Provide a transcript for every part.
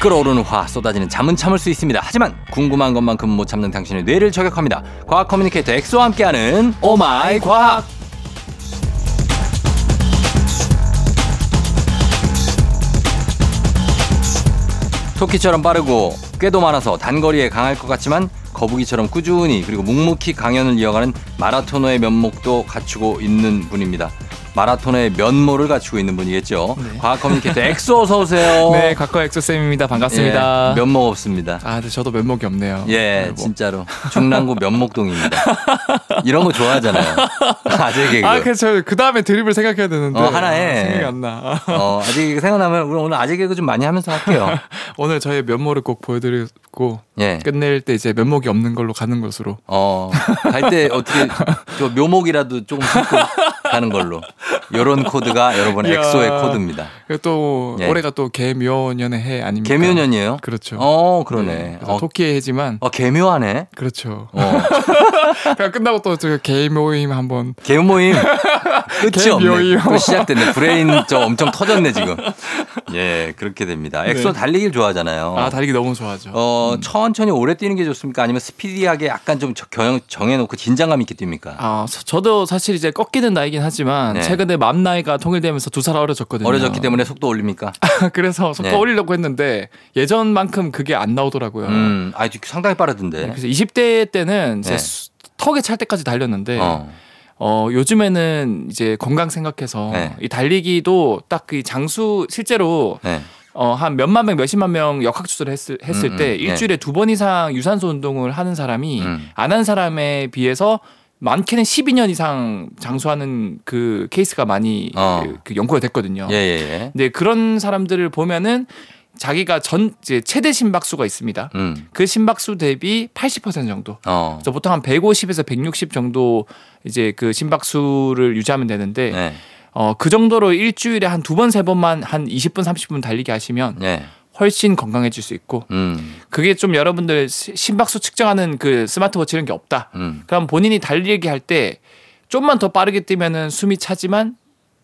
끓어오르는 화 쏟아지는 잠은 참을 수 있습니다. 하지만 궁금한 것만큼 못 참는 당신의 뇌를 저격합니다. 과학 커뮤니케이터 엑소와 함께하는 오마이 과학. 토끼처럼 빠르고 꾀도 많아서 단거리에 강할 것 같지만 거북이처럼 꾸준히 그리고 묵묵히 강연을 이어가는 마라토너의 면목도 갖추고 있는 분입니다. 마라토너의 면모를 갖추고 있는 분이겠죠. 네. 과학 커뮤니케이터 엑소 어서 오세요. 네, 각과 엑소쌤입니다. 반갑습니다. 예, 면목 없습니다. 아, 근데 저도 면목이 없네요. 예, 네, 뭐. 진짜로. 중랑구 면목동입니다. 이런 거 좋아하잖아요. 아재 개그. 아, 그래서 그 다음에 드립을 생각해야 되는데. 어, 하나 해. 아, 생각이 안 나. 아, 어, 아재 개그 생각나면 우리 오늘 아재 개그 좀 많이 하면서 할게요. 오늘 저의 면모를 꼭 보여드리고 예. 끝낼 때 이제 면목이 없는 걸로 가는 것으로. 어, 갈 때 어떻게 저 묘목이라도 조금 짚고 가는 걸로. 요런 코드가 여러분의 이야. 엑소의 코드입니다. 그리고 또 예. 올해가 또 개묘년의 해 아닙니까? 개묘년이에요? 그렇죠. 어, 그러네. 네, 그래서 어, 토끼의 해지만 어, 개묘하네. 그렇죠. 어, 그냥 끝나고 또저 개묘임 한번 개모임. 끝이 없네. 개묘임. 또 시작됐네. 브레인 저 엄청 터졌네, 지금. 예, 그렇게 됩니다. 엑소 달리기를 좋아하잖아요. 네. 아 음. 달리기 너무 좋아하죠. 어, 천천히 오래 뛰는 게 좋습니까? 아니면 스피디하게 약간 좀 저- 경영 정해놓고 긴장감 있게 뜁니까? 아, 서- 저도 사실 이제 꺾이는 나이긴 하지만 네. 최근에 맘 나이가 통일되면서 두 살 어려졌거든요. 아. 어려졌기 때문에 속도 올립니까? 그래서 속도 네. 올리려고 했는데 예전만큼 그게 안 나오더라고요. 음, 아, 상당히 빠르던데. 그래서 20대 때는 이제 네. 수- 턱에 찰 때까지 달렸는데 어. 어. 요즘에는 이제 건강 생각해서 네. 이 달리기도 딱 그 장수 실제로 네. 어, 한 몇만 명 몇십만 명 역학 조사를 했을, 했을 음, 음. 때 네. 일주일에 두 번 이상 유산소 운동을 하는 사람이 음. 안 한 사람에 비해서 많게는 12년 이상 장수하는 그 케이스가 많이 어. 그- 그 연구가 됐거든요. 예, 예, 예. 근데 네, 그런 사람들을 보면은 자기가 전 이제 최대 심박수가 있습니다. 음. 그 심박수 대비 80% 정도. 어. 그래서 보통 한 150에서 160 정도 이제 그 심박수를 유지하면 되는데 네. 어 그 정도로 일주일에 한 두 번 세 번만 한 20분 30분 달리기 하시면 네. 훨씬 건강해질 수 있고 음. 그게 좀 여러분들 시- 심박수 측정하는 그 스마트워치 이런 게 없다. 음. 그럼 본인이 달리기 할 때 좀만 더 빠르게 뛰면은 숨이 차지만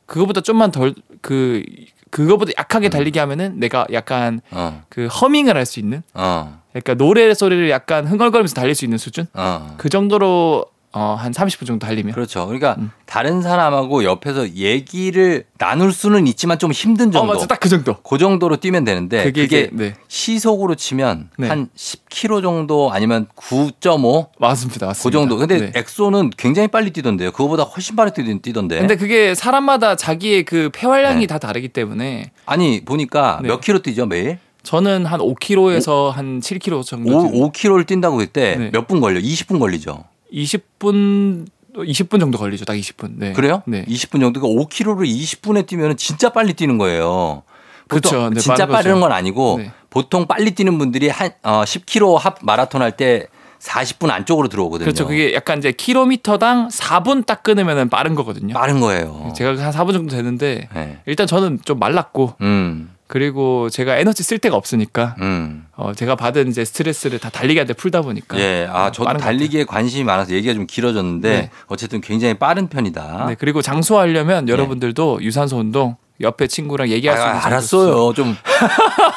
그거보다 좀만 덜 그 그거보다 약하게 달리기 하면은 내가 약간 어. 그 허밍을 할 수 있는 어. 그러니까 노래 소리를 약간 흥얼거리면서 달릴 수 있는 수준 어. 그 정도로 어, 한 30분 정도 달리면 그렇죠. 그러니까 음. 다른 사람하고 옆에서 얘기를 나눌 수는 있지만 좀 힘든 어 정도. 맞아 딱 그 정도 그 정도로 뛰면 되는데 그게, 이제- 네 시속으로 치면 네. 한 10km 정도 아니면 9.5 맞습니다 맞습니다 그 정도. 근데 네. 엑소는 굉장히 빨리 뛰던데요. 그거보다 훨씬 빠르게 뛰- 뛰던데. 근데 그게 사람마다 자기의 그 폐활량이 예. 네. 다 다르기 때문에 아니 보니까 네. 몇 킬로 뛰죠 매일? 저는 한 5km에서 한 7km 정도 뛰는- 5, 5킬로를 뛴다고 그때 음, 네. 몇 분 걸려? 20분 걸리죠. 20분 20분 정도 걸리죠. 딱 20분. 네. 그래요? 네. 20분 정도. 그러니까 5킬로를 20분에 뛰면 진짜 빨리 뛰는 거예요. 보통 그쵸. 네, 진짜 빠른 거죠. 빠른 건 아니고 네. 보통 빨리 뛰는 분들이 한 어, 10킬로 합 마라톤 할 때 40분 안쪽으로 들어오거든요. 그렇죠. 그게 약간 이제 킬로미터당 4분 딱 끊으면은 빠른 거거든요. 빠른 거예요. 제가 한 4분 정도 되는데 네. 일단 저는 좀 말랐고 음, 그리고 제가 에너지 쓸 데가 없으니까 음. 어 제가 받은 이제 스트레스를 다 달리기한테 풀다 보니까 예, 아, 저도 그러니까 빠른 것 달리기에 관심이 많아서 얘기가 좀 길어졌는데 네. 어쨌든 굉장히 빠른 편이다. 네, 그리고 장수하려면 여러분들도 유산소 운동 옆에 친구랑 얘기할 수 있는 예. 아, 정도 알았어요. 좀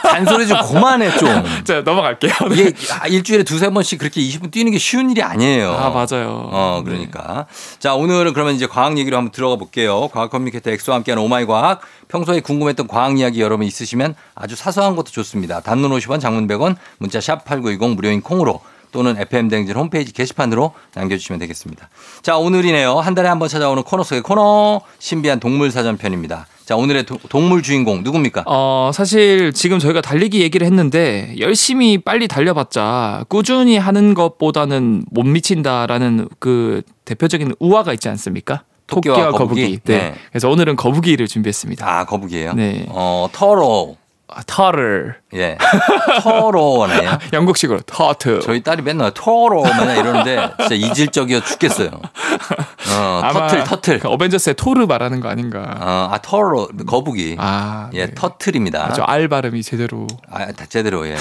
잔소리 좀 그만해 좀. 수준. 자, 넘어갈게요. 네. 이게 아, 일주일에 두세 번씩 그렇게 20분 뛰는 게 쉬운 일이 아니에요. 아, 맞아요. 어, 그러니까. 자, 오늘은 그러면 이제 과학 얘기로 한번 들어가 볼게요. 과학 커뮤니케이터 엑소와 함께하는 오마이 과학. 평소에 궁금했던 과학 이야기 여러분 있으시면 아주 사소한 것도 좋습니다. 단문 50원, 장문 100원, 문자 샵 8910 무료인 콩으로 또는 FM대행진 홈페이지 게시판으로 남겨주시면 되겠습니다. 자, 오늘이네요. 한 달에 한 번 찾아오는 코너 속의 코너. 신비한 동물 사전편입니다. 자, 오늘의 도- 동물 주인공 누굽니까? 어, 사실 지금 저희가 달리기 얘기를 했는데 열심히 빨리 달려봤자 꾸준히 하는 것보다는 못 미친다라는 그 대표적인 우화가 있지 않습니까? 토끼와, 토끼와 거북이. 거북이. 네. 그래서 오늘은 거북이를 준비했습니다. 아 거북이에요. 네. 어 터로 아, 터를 예 터로네요. 영국식으로 터트. 저희 딸이 맨날 터로 맨날 이러는데 진짜 이질적이어 죽겠어요. 어, 터틀 터틀. 그 어벤져스의 토르 말하는 거 아닌가. 어, 아 터로 거북이. 아, 예 네. 터틀입니다. 아주 알 발음이 제대로. 아, 다 제대로 예.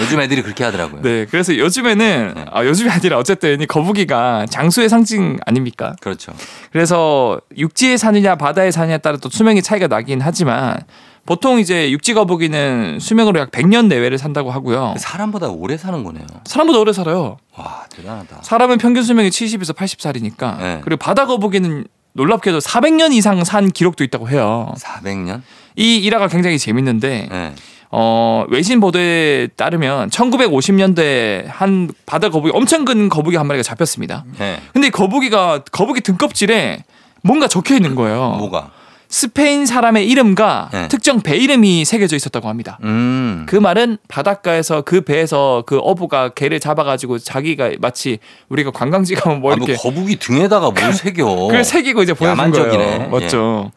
요즘 애들이 그렇게 하더라고요. 네, 그래서 요즘에는 네. 아, 요즘이 아니라 어쨌든 이 거북이가 장수의 상징 아닙니까? 그렇죠. 그래서 육지에 사느냐 바다에 사느냐에 따라 또 수명이 차이가 나긴 하지만 보통 이제 육지 거북이는 수명으로 약 100년 내외를 산다고 하고요. 사람보다 오래 사는 거네요. 사람보다 오래 살아요. 와 대단하다. 사람은 평균 수명이 70에서 80살이니까. 네. 그리고 바다 거북이는 놀랍게도 400년 이상 산 기록도 있다고 해요. 400년? 이 일화가 굉장히 재밌는데 예. 어, 외신 보도에 따르면 1950년대 한 바다 거북이 엄청 큰 거북이 한 마리가 잡혔습니다. 예. 근데 이 거북이가 거북이 등껍질에 뭔가 적혀 있는 거예요. 뭐가? 스페인 사람의 이름과 네. 특정 배 이름이 새겨져 있었다고 합니다. 음. 그 말은 바닷가에서 그 배에서 그 어부가 개를 잡아가지고 자기가 마치 우리가 관광지 가면 뭐 아, 뭐 이렇게 거북이 등에다가 뭘 새겨? 그걸 새기고 이제 보내준 야만적이네. 거예요. 어, 맞죠.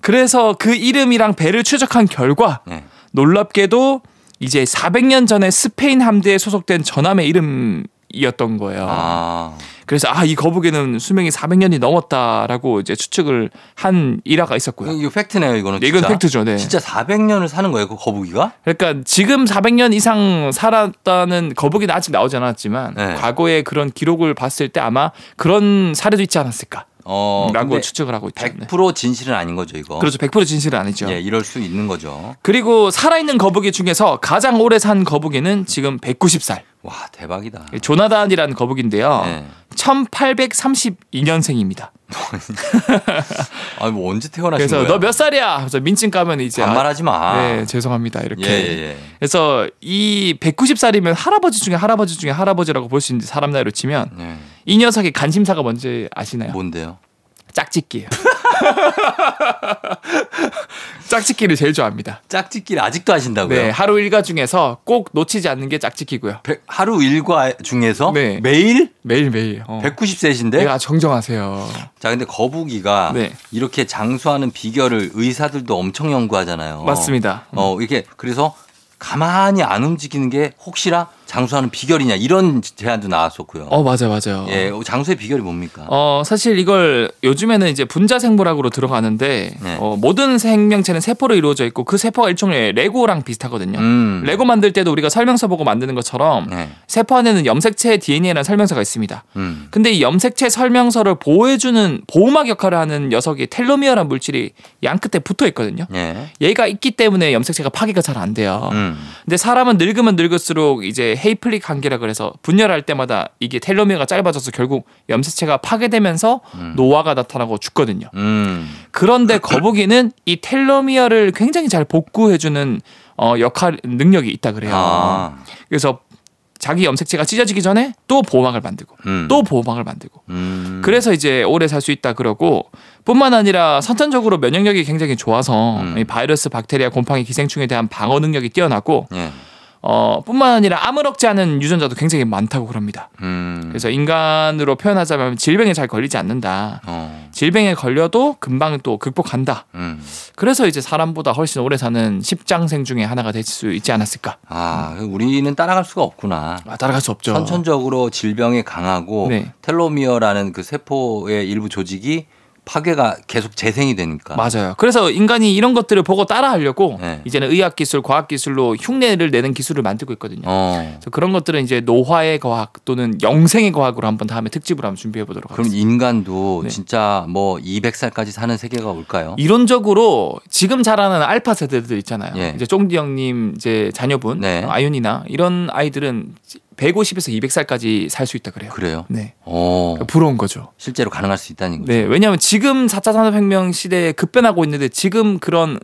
그래서 그 이름이랑 배를 추적한 결과 예. 놀랍게도 이제 400년 전에 스페인 함대에 소속된 전함의 이름이었던 거예요. 아. 그래서 아 이 거북이는 수명이 400년이 넘었다라고 이제 추측을 한 일화가 있었고요. 이거 팩트네요, 이거는. 네, 이건 그, 진짜. 팩트죠. 네. 진짜 400년을 사는 거예요, 그 거북이가? 그러니까 지금 400년 이상 살았다는 거북이는 아직 나오지 않았지만 네. 과거에 그런 기록을 봤을 때 아마 그런 사례도 있지 음, 않았을까라고 어. 근데 추측을 하고 있죠. 네. 100% 진실은 아닌 거죠, 이거. 그렇죠. 100% 진실은 아니죠. 예, 이럴 수 있는 거죠. 그리고 살아있는 거북이 중에서 가장 오래 산 거북이는 지금 190살. 와, 대박이다. 예, 조나단이라는 거북인데요. 예. 1832년생입니다. 아니, 뭐 언제 태어나신 그래서 뭐 거예요? 너 몇 살이야? 그래서 민증 까면 이제 아, 반말하지 마. 네, 죄송합니다. 이렇게. 예, 예, 예. 그래서 이 190살이면 할아버지 중에 할아버지 중에 할아버지라고 볼 수 있는데 사람 나이로 치면 예. 이 녀석의 간심사가 뭔지 아시나요? 뭔데요? 짝짓기예요. 짝짓기를 제일 좋아합니다. 짝짓기를 아직도 하신다고요? 네, 하루 일과 중에서 꼭 놓치지 않는 게 짝짓기고요. 백- 하루 일과 중에서 네. 매일 매일 매일. 어. 190세신데 내가 정정하세요. 자 근데 거북이가 네. 이렇게 장수하는 비결을 의사들도 엄청 연구하잖아요. 맞습니다. 어 이렇게 그래서 가만히 안 움직이는 게 혹시나 장수하는 비결이냐 이런 제안도 나왔었고요. 어 맞아 맞아요. 예, 어, 장수의 비결이 뭡니까? 어 사실 이걸 요즘에는 이제 분자 생물학으로 들어가는데 네. 어, 모든 생명체는 세포로 이루어져 있고 그 세포가 일종의 레고랑 비슷하거든요. 음. 레고 만들 때도 우리가 설명서 보고 만드는 것처럼 네. 세포 안에는 염색체 DNA라는 설명서가 있습니다. 음. 근데 이 염색체 설명서를 보호해주는 보호막 역할을 하는 녀석이 텔로미어라는 물질이 양 끝에 붙어 있거든요. 예. 얘가 있기 때문에 염색체가 파괴가 잘 안 돼요. 음. 근데 사람은 늙으면 늙을수록 이제 헤이플릭 한계라 그래서 분열할 때마다 이게 텔로미어가 짧아져서 결국 염색체가 파괴되면서 노화가 나타나고 죽거든요. 음. 그런데 거북이는 이 텔로미어를 굉장히 잘 복구해주는 어, 역할 능력이 있다 그래요. 아. 그래서 자기 염색체가 찢어지기 전에 또 보호막을 만들고 음. 또 보호막을 만들고 음. 그래서 이제 오래 살 수 있다 그러고 뿐만 아니라 선천적으로 면역력이 굉장히 좋아서 음. 이 바이러스, 박테리아, 곰팡이, 기생충에 대한 방어 능력이 뛰어나고 예. 어 뿐만 아니라 암을 억제하는 유전자도 굉장히 많다고 그럽니다. 음. 그래서 인간으로 표현하자면 질병에 잘 걸리지 않는다. 어. 질병에 걸려도 금방 또 극복한다. 음. 그래서 이제 사람보다 훨씬 오래 사는 십장생 중에 하나가 될 수 있지 않았을까? 아, 우리는 따라갈 수가 없구나. 아, 따라갈 수 없죠. 선천적으로 질병에 강하고 네. 텔로미어라는 그 세포의 일부 조직이 파괴가 계속 재생이 되니까. 맞아요. 그래서 인간이 이런 것들을 보고 따라하려고 네. 이제는 의학 기술, 과학 기술로 흉내를 내는 기술을 만들고 있거든요. 어. 그래서 그런 것들은 이제 노화의 과학 또는 영생의 과학으로 한번 다음에 특집으로 한번 준비해 보도록 그럼 하겠습니다. 인간도 네. 진짜 뭐 200살까지 사는 세계가 올까요? 이론적으로 지금 자라는 알파 세대들 있잖아요. 예. 이제 쫑디 형님 이제 자녀분 네. 아윤이나 이런 아이들은 150에서 200살까지 살 수 있다 그래요. 그래요. 네. 어. 그러니까 부러운 거죠. 실제로 가능할 수 있다는 거죠. 네, 왜냐하면 지금 4차 산업혁명 시대에 급변하고 있는데 지금 그런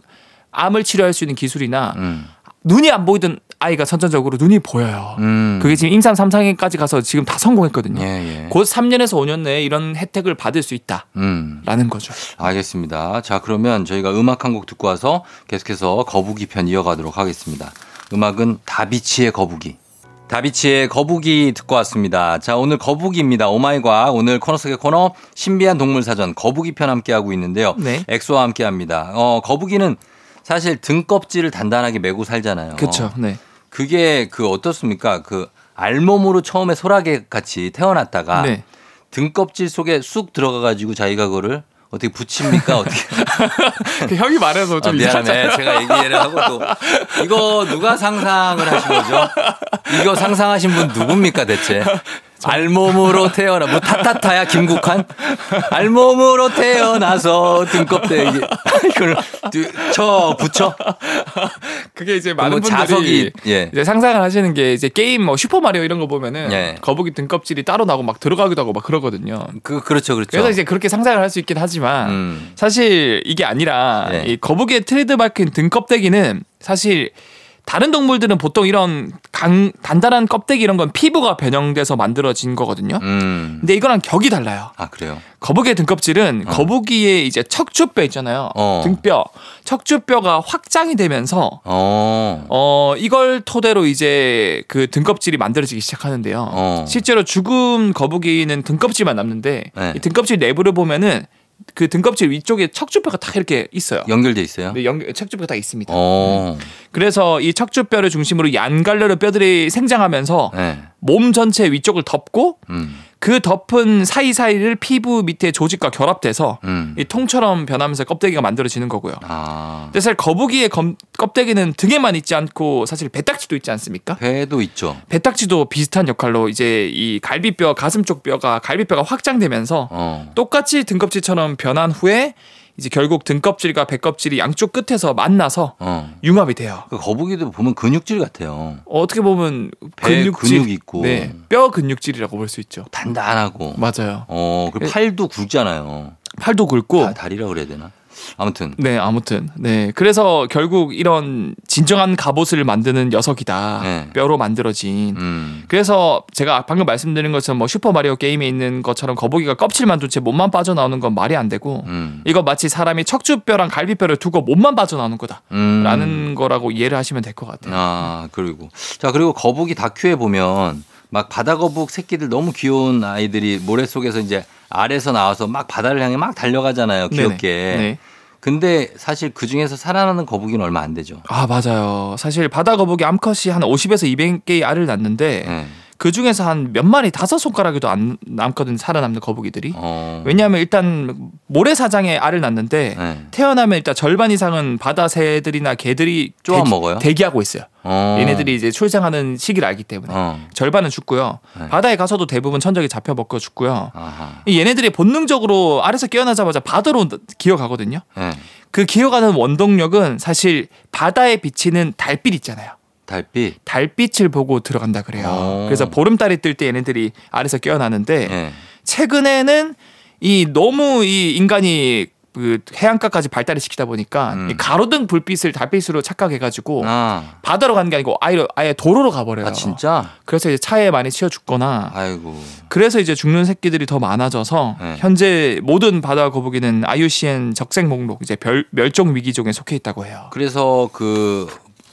암을 치료할 수 있는 기술이나 음. 눈이 안 보이던 아이가 선천적으로 눈이 보여요. 음. 그게 지금 임산 3상까지 가서 지금 다 성공했거든요. 예, 예. 곧 3년에서 5년 내에 이런 혜택을 받을 수 있다라는 음. 거죠. 알겠습니다. 자, 그러면 저희가 음악 한 곡 듣고 와서 계속해서 거북이 편 이어가도록 하겠습니다. 음악은 다비치의 거북이. 다비치의 거북이 듣고 왔습니다. 자, 오늘 거북이입니다. 오마이과 오늘 코너 속의 코너 신비한 동물 사전 거북이 편 함께 하고 있는데요. 네. 엑소와 함께 합니다. 어, 거북이는 사실 등껍질을 단단하게 메고 살잖아요. 그렇죠. 네. 그게 그 어떻습니까? 그 알몸으로 처음에 소라게 같이 태어났다가 네. 등껍질 속에 쑥 들어가 가지고 자기가 그거를 어떻게 붙입니까? 어떻게 그 형이 말해서 아, 좀 미안하네. 이상하잖아요. 제가 얘기를 하고 또 이거 누가 상상을 하신 거죠? 이거 상상하신 분 누굽니까 대체? 알몸으로 태어나 뭐 타타타야 김국환 알몸으로 태어나서 등껍데기 이걸 뒤- 쳐 붙여 그게 이제 많은 그거 분들이 자석이- 예. 이제 상상을 하시는 게 이제 게임 뭐 슈퍼 마리오 이런 거 보면은 예. 거북이 등껍질이 따로 나고 막 들어가기도 하고 막 그러거든요. 그 그렇죠 그렇죠. 그래서 이제 그렇게 상상을 할 수 있긴 하지만 음. 사실 이게 아니라 예. 이 거북이의 트레이드마크인 등 껍데기는 사실 다른 동물들은 보통 이런 강, 단단한 껍데기 이런 건 피부가 변형돼서 만들어진 거거든요. 음. 근데 이거랑 격이 달라요. 아 그래요. 거북이의 등껍질은 거북이의 이제 척추뼈 있잖아요. 어. 등뼈, 척추뼈가 확장이 되면서 어. 어 이걸 토대로 이제 그 등껍질이 만들어지기 시작하는데요. 어. 실제로 죽은 거북이는 등껍질만 남는데 네. 이 등껍질 내부를 보면은 그 등껍질 위쪽에 척추뼈가 딱 이렇게 있어요. 연결돼 있어요. 네, 연- 척추뼈가 다 있습니다. 어. 그래서 이 척추뼈를 중심으로 얀갈래로 뼈들이 생장하면서 네. 몸 전체 위쪽을 덮고 음. 그 덮은 사이사이를 피부 밑에 조직과 결합돼서 음. 이 통처럼 변하면서 껍데기가 만들어지는 거고요. 아. 근데 사실 거북이의 검- 껍데기는 등에만 있지 않고 사실 배딱지도 있지 않습니까? 회도 있죠. 배딱지도 비슷한 역할로 이제 이 갈비뼈, 가슴 쪽 뼈가 갈비뼈가 확장되면서 어. 똑같이 등껍질처럼 변한 후에 이제 결국 등껍질과 배껍질이 양쪽 끝에서 만나서 어. 융합이 돼요. 그 거북이도 보면 근육질 같아요. 어떻게 보면 배 근육질, 근육 있고. 네, 뼈 근육질이라고 볼 수 있죠. 단단하고. 맞아요. 어, 그리고 음. 예. 팔도 굵잖아요. 팔도 굵고. 다, 다리라고 그래야 되나? 아무튼. 네, 아무튼. 네. 그래서 결국 이런 진정한 갑옷을 만드는 녀석이다. 네. 뼈로 만들어진. 음. 그래서 제가 방금 말씀드린 것처럼 뭐 슈퍼마리오 게임에 있는 것처럼 거북이가 껍질만 둔 채 몸만 빠져나오는 건 말이 안 되고 음. 이거 마치 사람이 척추뼈랑 갈비뼈를 두고 몸만 빠져나오는 거다. 음. 라는 거라고 이해를 하시면 될 것 같아요. 아, 그리고. 자, 그리고 거북이 다큐에 보면 막 바다 거북 새끼들 너무 귀여운 아이들이 모래 속에서 이제 아래서 나와서 막 바다를 향해 막 달려가잖아요. 음, 귀엽게. 네네. 네. 근데 사실 그 중에서 살아나는 거북이는 얼마 안 되죠. 아, 맞아요. 사실 바다 거북이 암컷이 한 50에서 200개의 알을 낳는데 예. 그 중에서 한 몇 마리 다섯 손가락에도 안 남거든 살아남는 거북이들이. 어. 음. 왜냐하면 일단 모래사장에 알을 낳는데 네. 태어나면 일단 절반 이상은 바다 새들이나 개들이 쪼아 대기- 먹어요? 대기하고 있어요. 어. 얘네들이 이제 출생하는 시기를 알기 때문에 어. 절반은 죽고요. 네. 바다에 가서도 대부분 천적이 잡혀 먹고 죽고요. 아하. 이 얘네들이 본능적으로 알에서 깨어나자마자 바다로 기어가거든요. 예. 그 기어가는 원동력은 사실 바다에 비치는 달빛 있잖아요. 달빛. 달빛을 보고 들어간다 그래요. 어. 그래서 보름달이 뜰 때 얘네들이 알에서 깨어나는데 예. 최근에는 이 너무 이 인간이 그 해안가까지 발달을 시키다 보니까 음. 이 가로등 불빛을 달빛으로 착각해가지고 아. 바다로 가는 게 아니고 아예, 아예 도로로 가버려요. 아 진짜? 그래서 이제 차에 많이 치여 죽거나 아이고. 그래서 이제 죽는 새끼들이 더 많아져서 네. 현재 모든 바다 거북이는 IUCN 적색 목록 이제 별, 멸종 위기종에 속해 있다고 해요. 그래서 그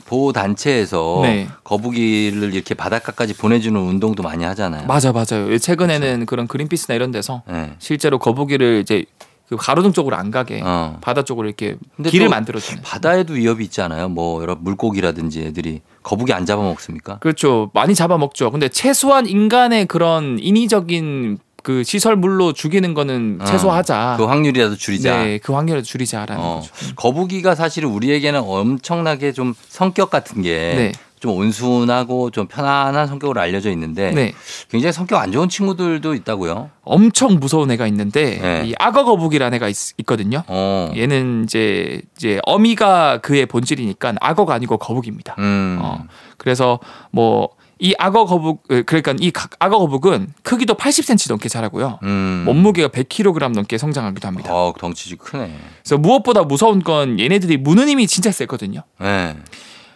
보호 단체에서 네. 거북이를 이렇게 바닷가까지 보내주는 운동도 많이 하잖아요. 맞아 맞아요. 최근에는 그런 그린피스나 이런 데서 예. 실제로 거북이를 이제 그 가로등 쪽으로 안 가게 어. 바다 쪽으로 이렇게 근데 길을 또 만들어주는. 바다에도 위협이 있잖아요. 뭐 여러 물고기라든지 애들이 거북이 안 잡아먹습니까? 그렇죠. 많이 잡아먹죠. 근데 최소한 인간의 그런 인위적인 그 시설물로 죽이는 거는 어, 최소화하자. 그 확률이라도 줄이자. 아. 네, 그 확률을 줄이자라는 어, 거죠. 음. 거북이가 사실 우리에게는 엄청나게 좀 성격 같은 게 네. 좀 온순하고 좀 편안한 성격으로 알려져 있는데 네. 굉장히 성격 안 좋은 친구들도 있다고요. 엄청 무서운 애가 있는데 네. 이 악어 거북이라는 애가 있, 거든요 어. 얘는 이제 이제 어미가 그의 본질이니까 악어가 아니고 거북입니다. 음. 어. 그래서 뭐 이 악어 거북 그러니까 이 가- 악어 거북은 크기도 80cm 넘게 자라고요. 음. 몸무게가 100kg 넘게 성장하기도 합니다. 어, 덩치지 크네. 그래서 무엇보다 무서운 건 얘네들이 무는 힘이 진짜 세거든요. 네.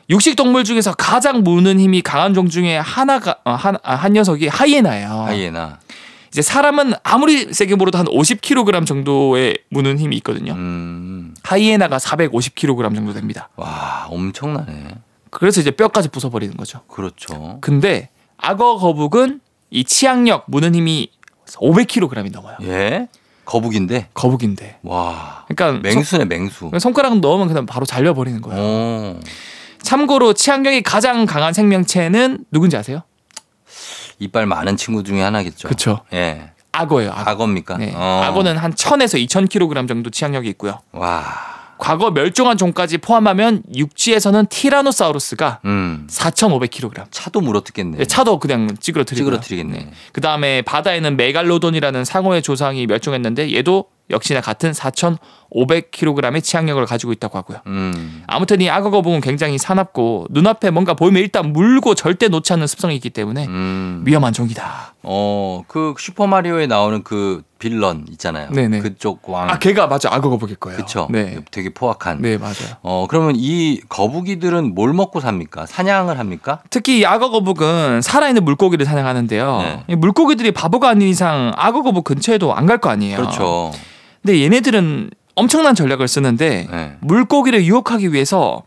육식 동물 중에서 가장 무는 힘이 강한 종 중에 하나가 어, 한, 아, 한 녀석이 하이에나예요. 하이에나. 이제 사람은 아무리 세게 물어도 한 50kg 정도의 무는 힘이 있거든요. 음. 하이에나가 450kg 정도 됩니다. 와, 엄청나네. 그래서 이제 뼈까지 부숴버리는 거죠. 그렇죠. 근데 악어 거북은 이 치악력 무는 힘이 500kg이 넘어요. 예. 거북인데. 거북인데. 와. 그러니까 맹수네, 맹수. 손, 가락 넣으면 그냥 바로 잘려 버리는 거예요. 어. 참고로 치악력이 가장 강한 생명체는 누군지 아세요? 이빨 많은 친구 중에 하나겠죠. 그쵸. 예. 악어예요. 악어. 악어입니까? 네. 어. 악어는 한 1000에서 2000kg 정도 치악력이 있고요. 와. 과거 멸종한 종까지 포함하면 육지에서는 티라노사우루스가 음. 4,500kg. 차도 물어뜯겠네. 차도 그냥 찌그러뜨리고 찌그러뜨리겠네. 그 다음에 바다에는 메갈로돈이라는 상어의 조상이 멸종했는데 얘도 역시나 같은 4,500kg의 치악력을 가지고 있다고 하고요. 음. 아무튼 이 악어 거북은 굉장히 사납고 눈앞에 뭔가 보이면 일단 물고 절대 놓지 않는 습성이 있기 때문에 음. 위험한 종이다. 어, 그 슈퍼마리오에 나오는 그 빌런 있잖아요. 네네. 그쪽 왕. 아 걔가 맞아 악어 거북일 거예요. 그쵸. 음. 네, 되게 포악한. 네 맞아요. 어, 그러면 이 거북이들은 뭘 먹고 삽니까? 사냥을 합니까? 특히 이 악어 거북은 살아있는 물고기를 사냥하는데요. 네. 이 물고기들이 바보가 아닌 이상 악어 거북 근처에도 안 갈 거 아니에요. 그렇죠. 근데 얘네들은 엄청난 전략을 쓰는데 네. 물고기를 유혹하기 위해서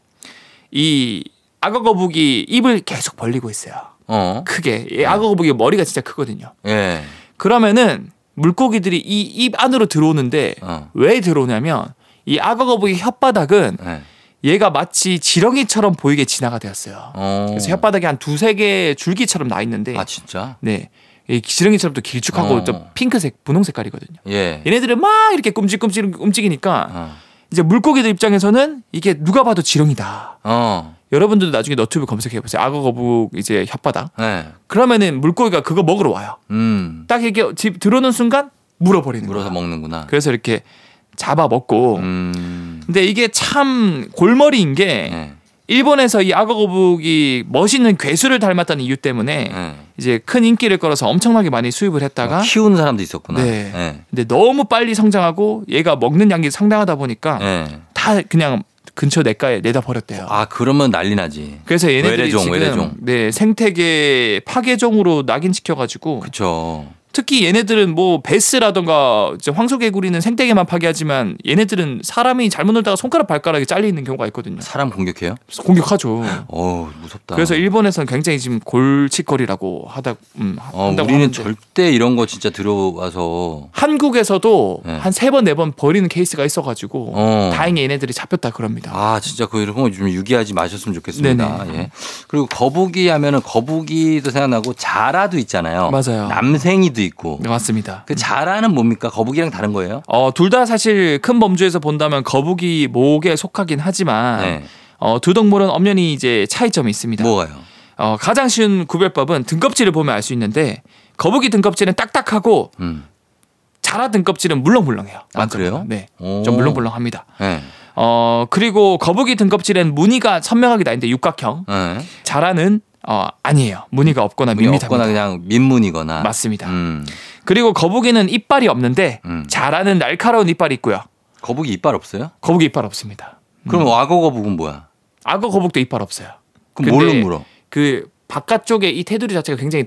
이 악어 거북이 입을 계속 벌리고 있어요. 어. 크게. 이 악어 거북이 머리가 진짜 크거든요. 예. 그러면은 물고기들이 이 입 안으로 들어오는데 어. 왜 들어오냐면 이 악어 거북이 혓바닥은 예. 얘가 마치 지렁이처럼 보이게 진화가 되었어요. 어. 그래서 혓바닥에 한 두세 개의 줄기처럼 나 있는데 아, 진짜? 네. 이 지렁이처럼 또 길쭉하고 어. 또 핑크색, 분홍 색깔이거든요. 예. 얘네들은 막 이렇게 끔찍끔찍 움직이니까 어. 이제 물고기들 입장에서는 이게 누가 봐도 지렁이다. 어. 여러분들도 나중에 너튜브 검색해 보세요. 악어 거북 이제 혓바닥. 예. 그러면은 물고기가 그거 먹으러 와요. 음. 딱 이게 집 들어오는 순간 물어버리는 거예요. 물어서 먹는구나. 그래서 이렇게 잡아 먹고. 음. 근데 이게 참 골머리인 게 예. 일본에서 이 악어 거북이 멋있는 괴수를 닮았다는 이유 때문에 예. 이제 큰 인기를 끌어서 엄청나게 많이 어, 수입을 했다가 키우는 사람도 있었구나. 네. 예. 근데 너무 빨리 성장하고 얘가 먹는 양이 상당하다 보니까 예. 다 그냥 근처 냇가에 내다 버렸대요. 아, 그러면 난리 나지. 그래서 얘네들이 외래종, 지금 외래종. 네 생태계 파괴종으로 낙인시켜가지고 그렇죠. 특히 얘네들은 뭐 베스라던가 이제 황소개구리는 생태계만 파괴하지만 얘네들은 사람이 잘못 놀다가 손가락 발가락이 잘리는 경우가 있거든요. 사람 공격해요? 그래서 공격하죠. 어, 무섭다. 그래서 일본에서는 굉장히 지금 골칫거리라고 하다 음, 어, 한다고 우리는 하는데 절대 이런 거 진짜 들어와서 한국에서도 네. 한 세 번 네 번 버리는 케이스가 있어가지고 어. 다행히 얘네들이 잡혔다 그럽니다. 아 진짜 그 이런 거좀 유기하지 마셨으면 좋겠습니다. 예. 그리고 거북이 하면은 거북이도 생각나고 자라도 있잖아요. 맞아요. 남생이도 있고. 네, 맞습니다. 그 자라는 뭡니까? 거북이랑 다른 거예요? 어, 둘 다 사실 큰 범주에서 본다면 거북이 목에 속하긴 하지만 네. 어, 두 동물은 엄연히 이제 차이점이 있습니다. 뭐가요? 어, 가장 쉬운 구별법은 등껍질을 보면 알 수 있는데 거북이 등껍질은 딱딱하고 음. 자라 등껍질은 물렁물렁해요. 아, 그래요? 네. 오. 좀 물렁물렁합니다. 네. 어, 그리고 거북이 등껍질엔 무늬가 선명하게 나 있는데 육각형. 네. 자라는 어, 아니에요. 무늬가 없거나 문이 밋밋합니다. 없거나 그냥 민문이거나. 맞습니다. 음. 그리고 거북이는 이빨이 없는데 음. 자라는 날카로운 이빨이 있고요. 거북이 이빨 없어요? 거북이 이빨 없습니다. 그럼 악어 거북은 뭐야? 악어 거북도 이빨 없어요. 그럼 근데 뭘로 물어? 그 바깥쪽에 이 테두리 자체가 굉장히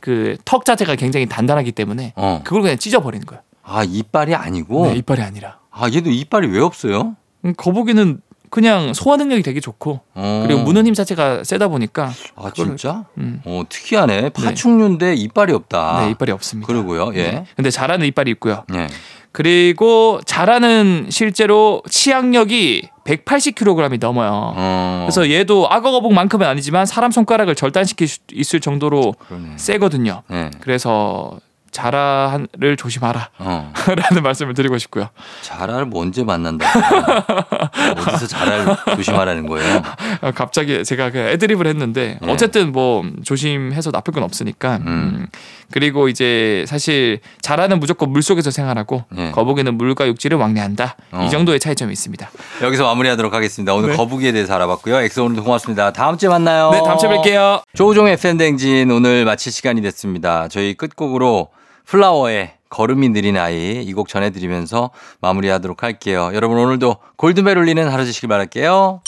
다그턱 자체가 굉장히 단단하기 때문에 어. 그걸 그냥 찢어 버리는 거예요. 아 이빨이 아니고. 네, 이빨이 아니라. 아 얘도 이빨이 왜 없어요? 음, 거북이는 그냥 소화 능력이 되게 좋고 어. 그리고 무는 힘 자체가 세다 보니까 아 그걸- 진짜? 음, 어 특이하네. 파충류인데 이빨이 없다. 네, 이빨이 없습니다. 그러고요. 아. 예. 네, 근데 자라는 이빨이 있고요. 예. 그리고 자라는 실제로 치악력이 180kg이 넘어요. 어. 그래서 얘도 악어 거북만큼은 아니지만 사람 손가락을 절단시킬 수 있을 정도로 그러네. 세거든요. 예. 그래서 자라를 조심하라. 어. 라는 말씀을 드리고 싶고요. 자랄 뭐 언제 만난다. 뭐 어디서 자랄 조심하라는 거예요. 아, 갑자기 제가 그 애드립을 했는데 네. 어쨌든 뭐 조심해서 나쁠 건 없으니까. 음. 그리고 이제 사실 자라는 무조건 물 속에서 생활하고 네. 거북이는 물과 육지를 왕래한다. 어. 이 정도의 차이점이 있습니다. 여기서 마무리하도록 하겠습니다. 오늘 네. 거북이에 대해서 알아봤고요. 엑소 오늘도 고맙습니다. 다음 주에 만나요. 네, 다음 주에 뵐게요. 조우종 FM 댕진 오늘 마칠 시간이 됐습니다. 저희 끝곡으로 플라워의 걸음이 느린 아이 이 곡 전해드리면서 마무리하도록 할게요. 여러분 오늘도 골드벨 울리는 하루 되시길 바랄게요.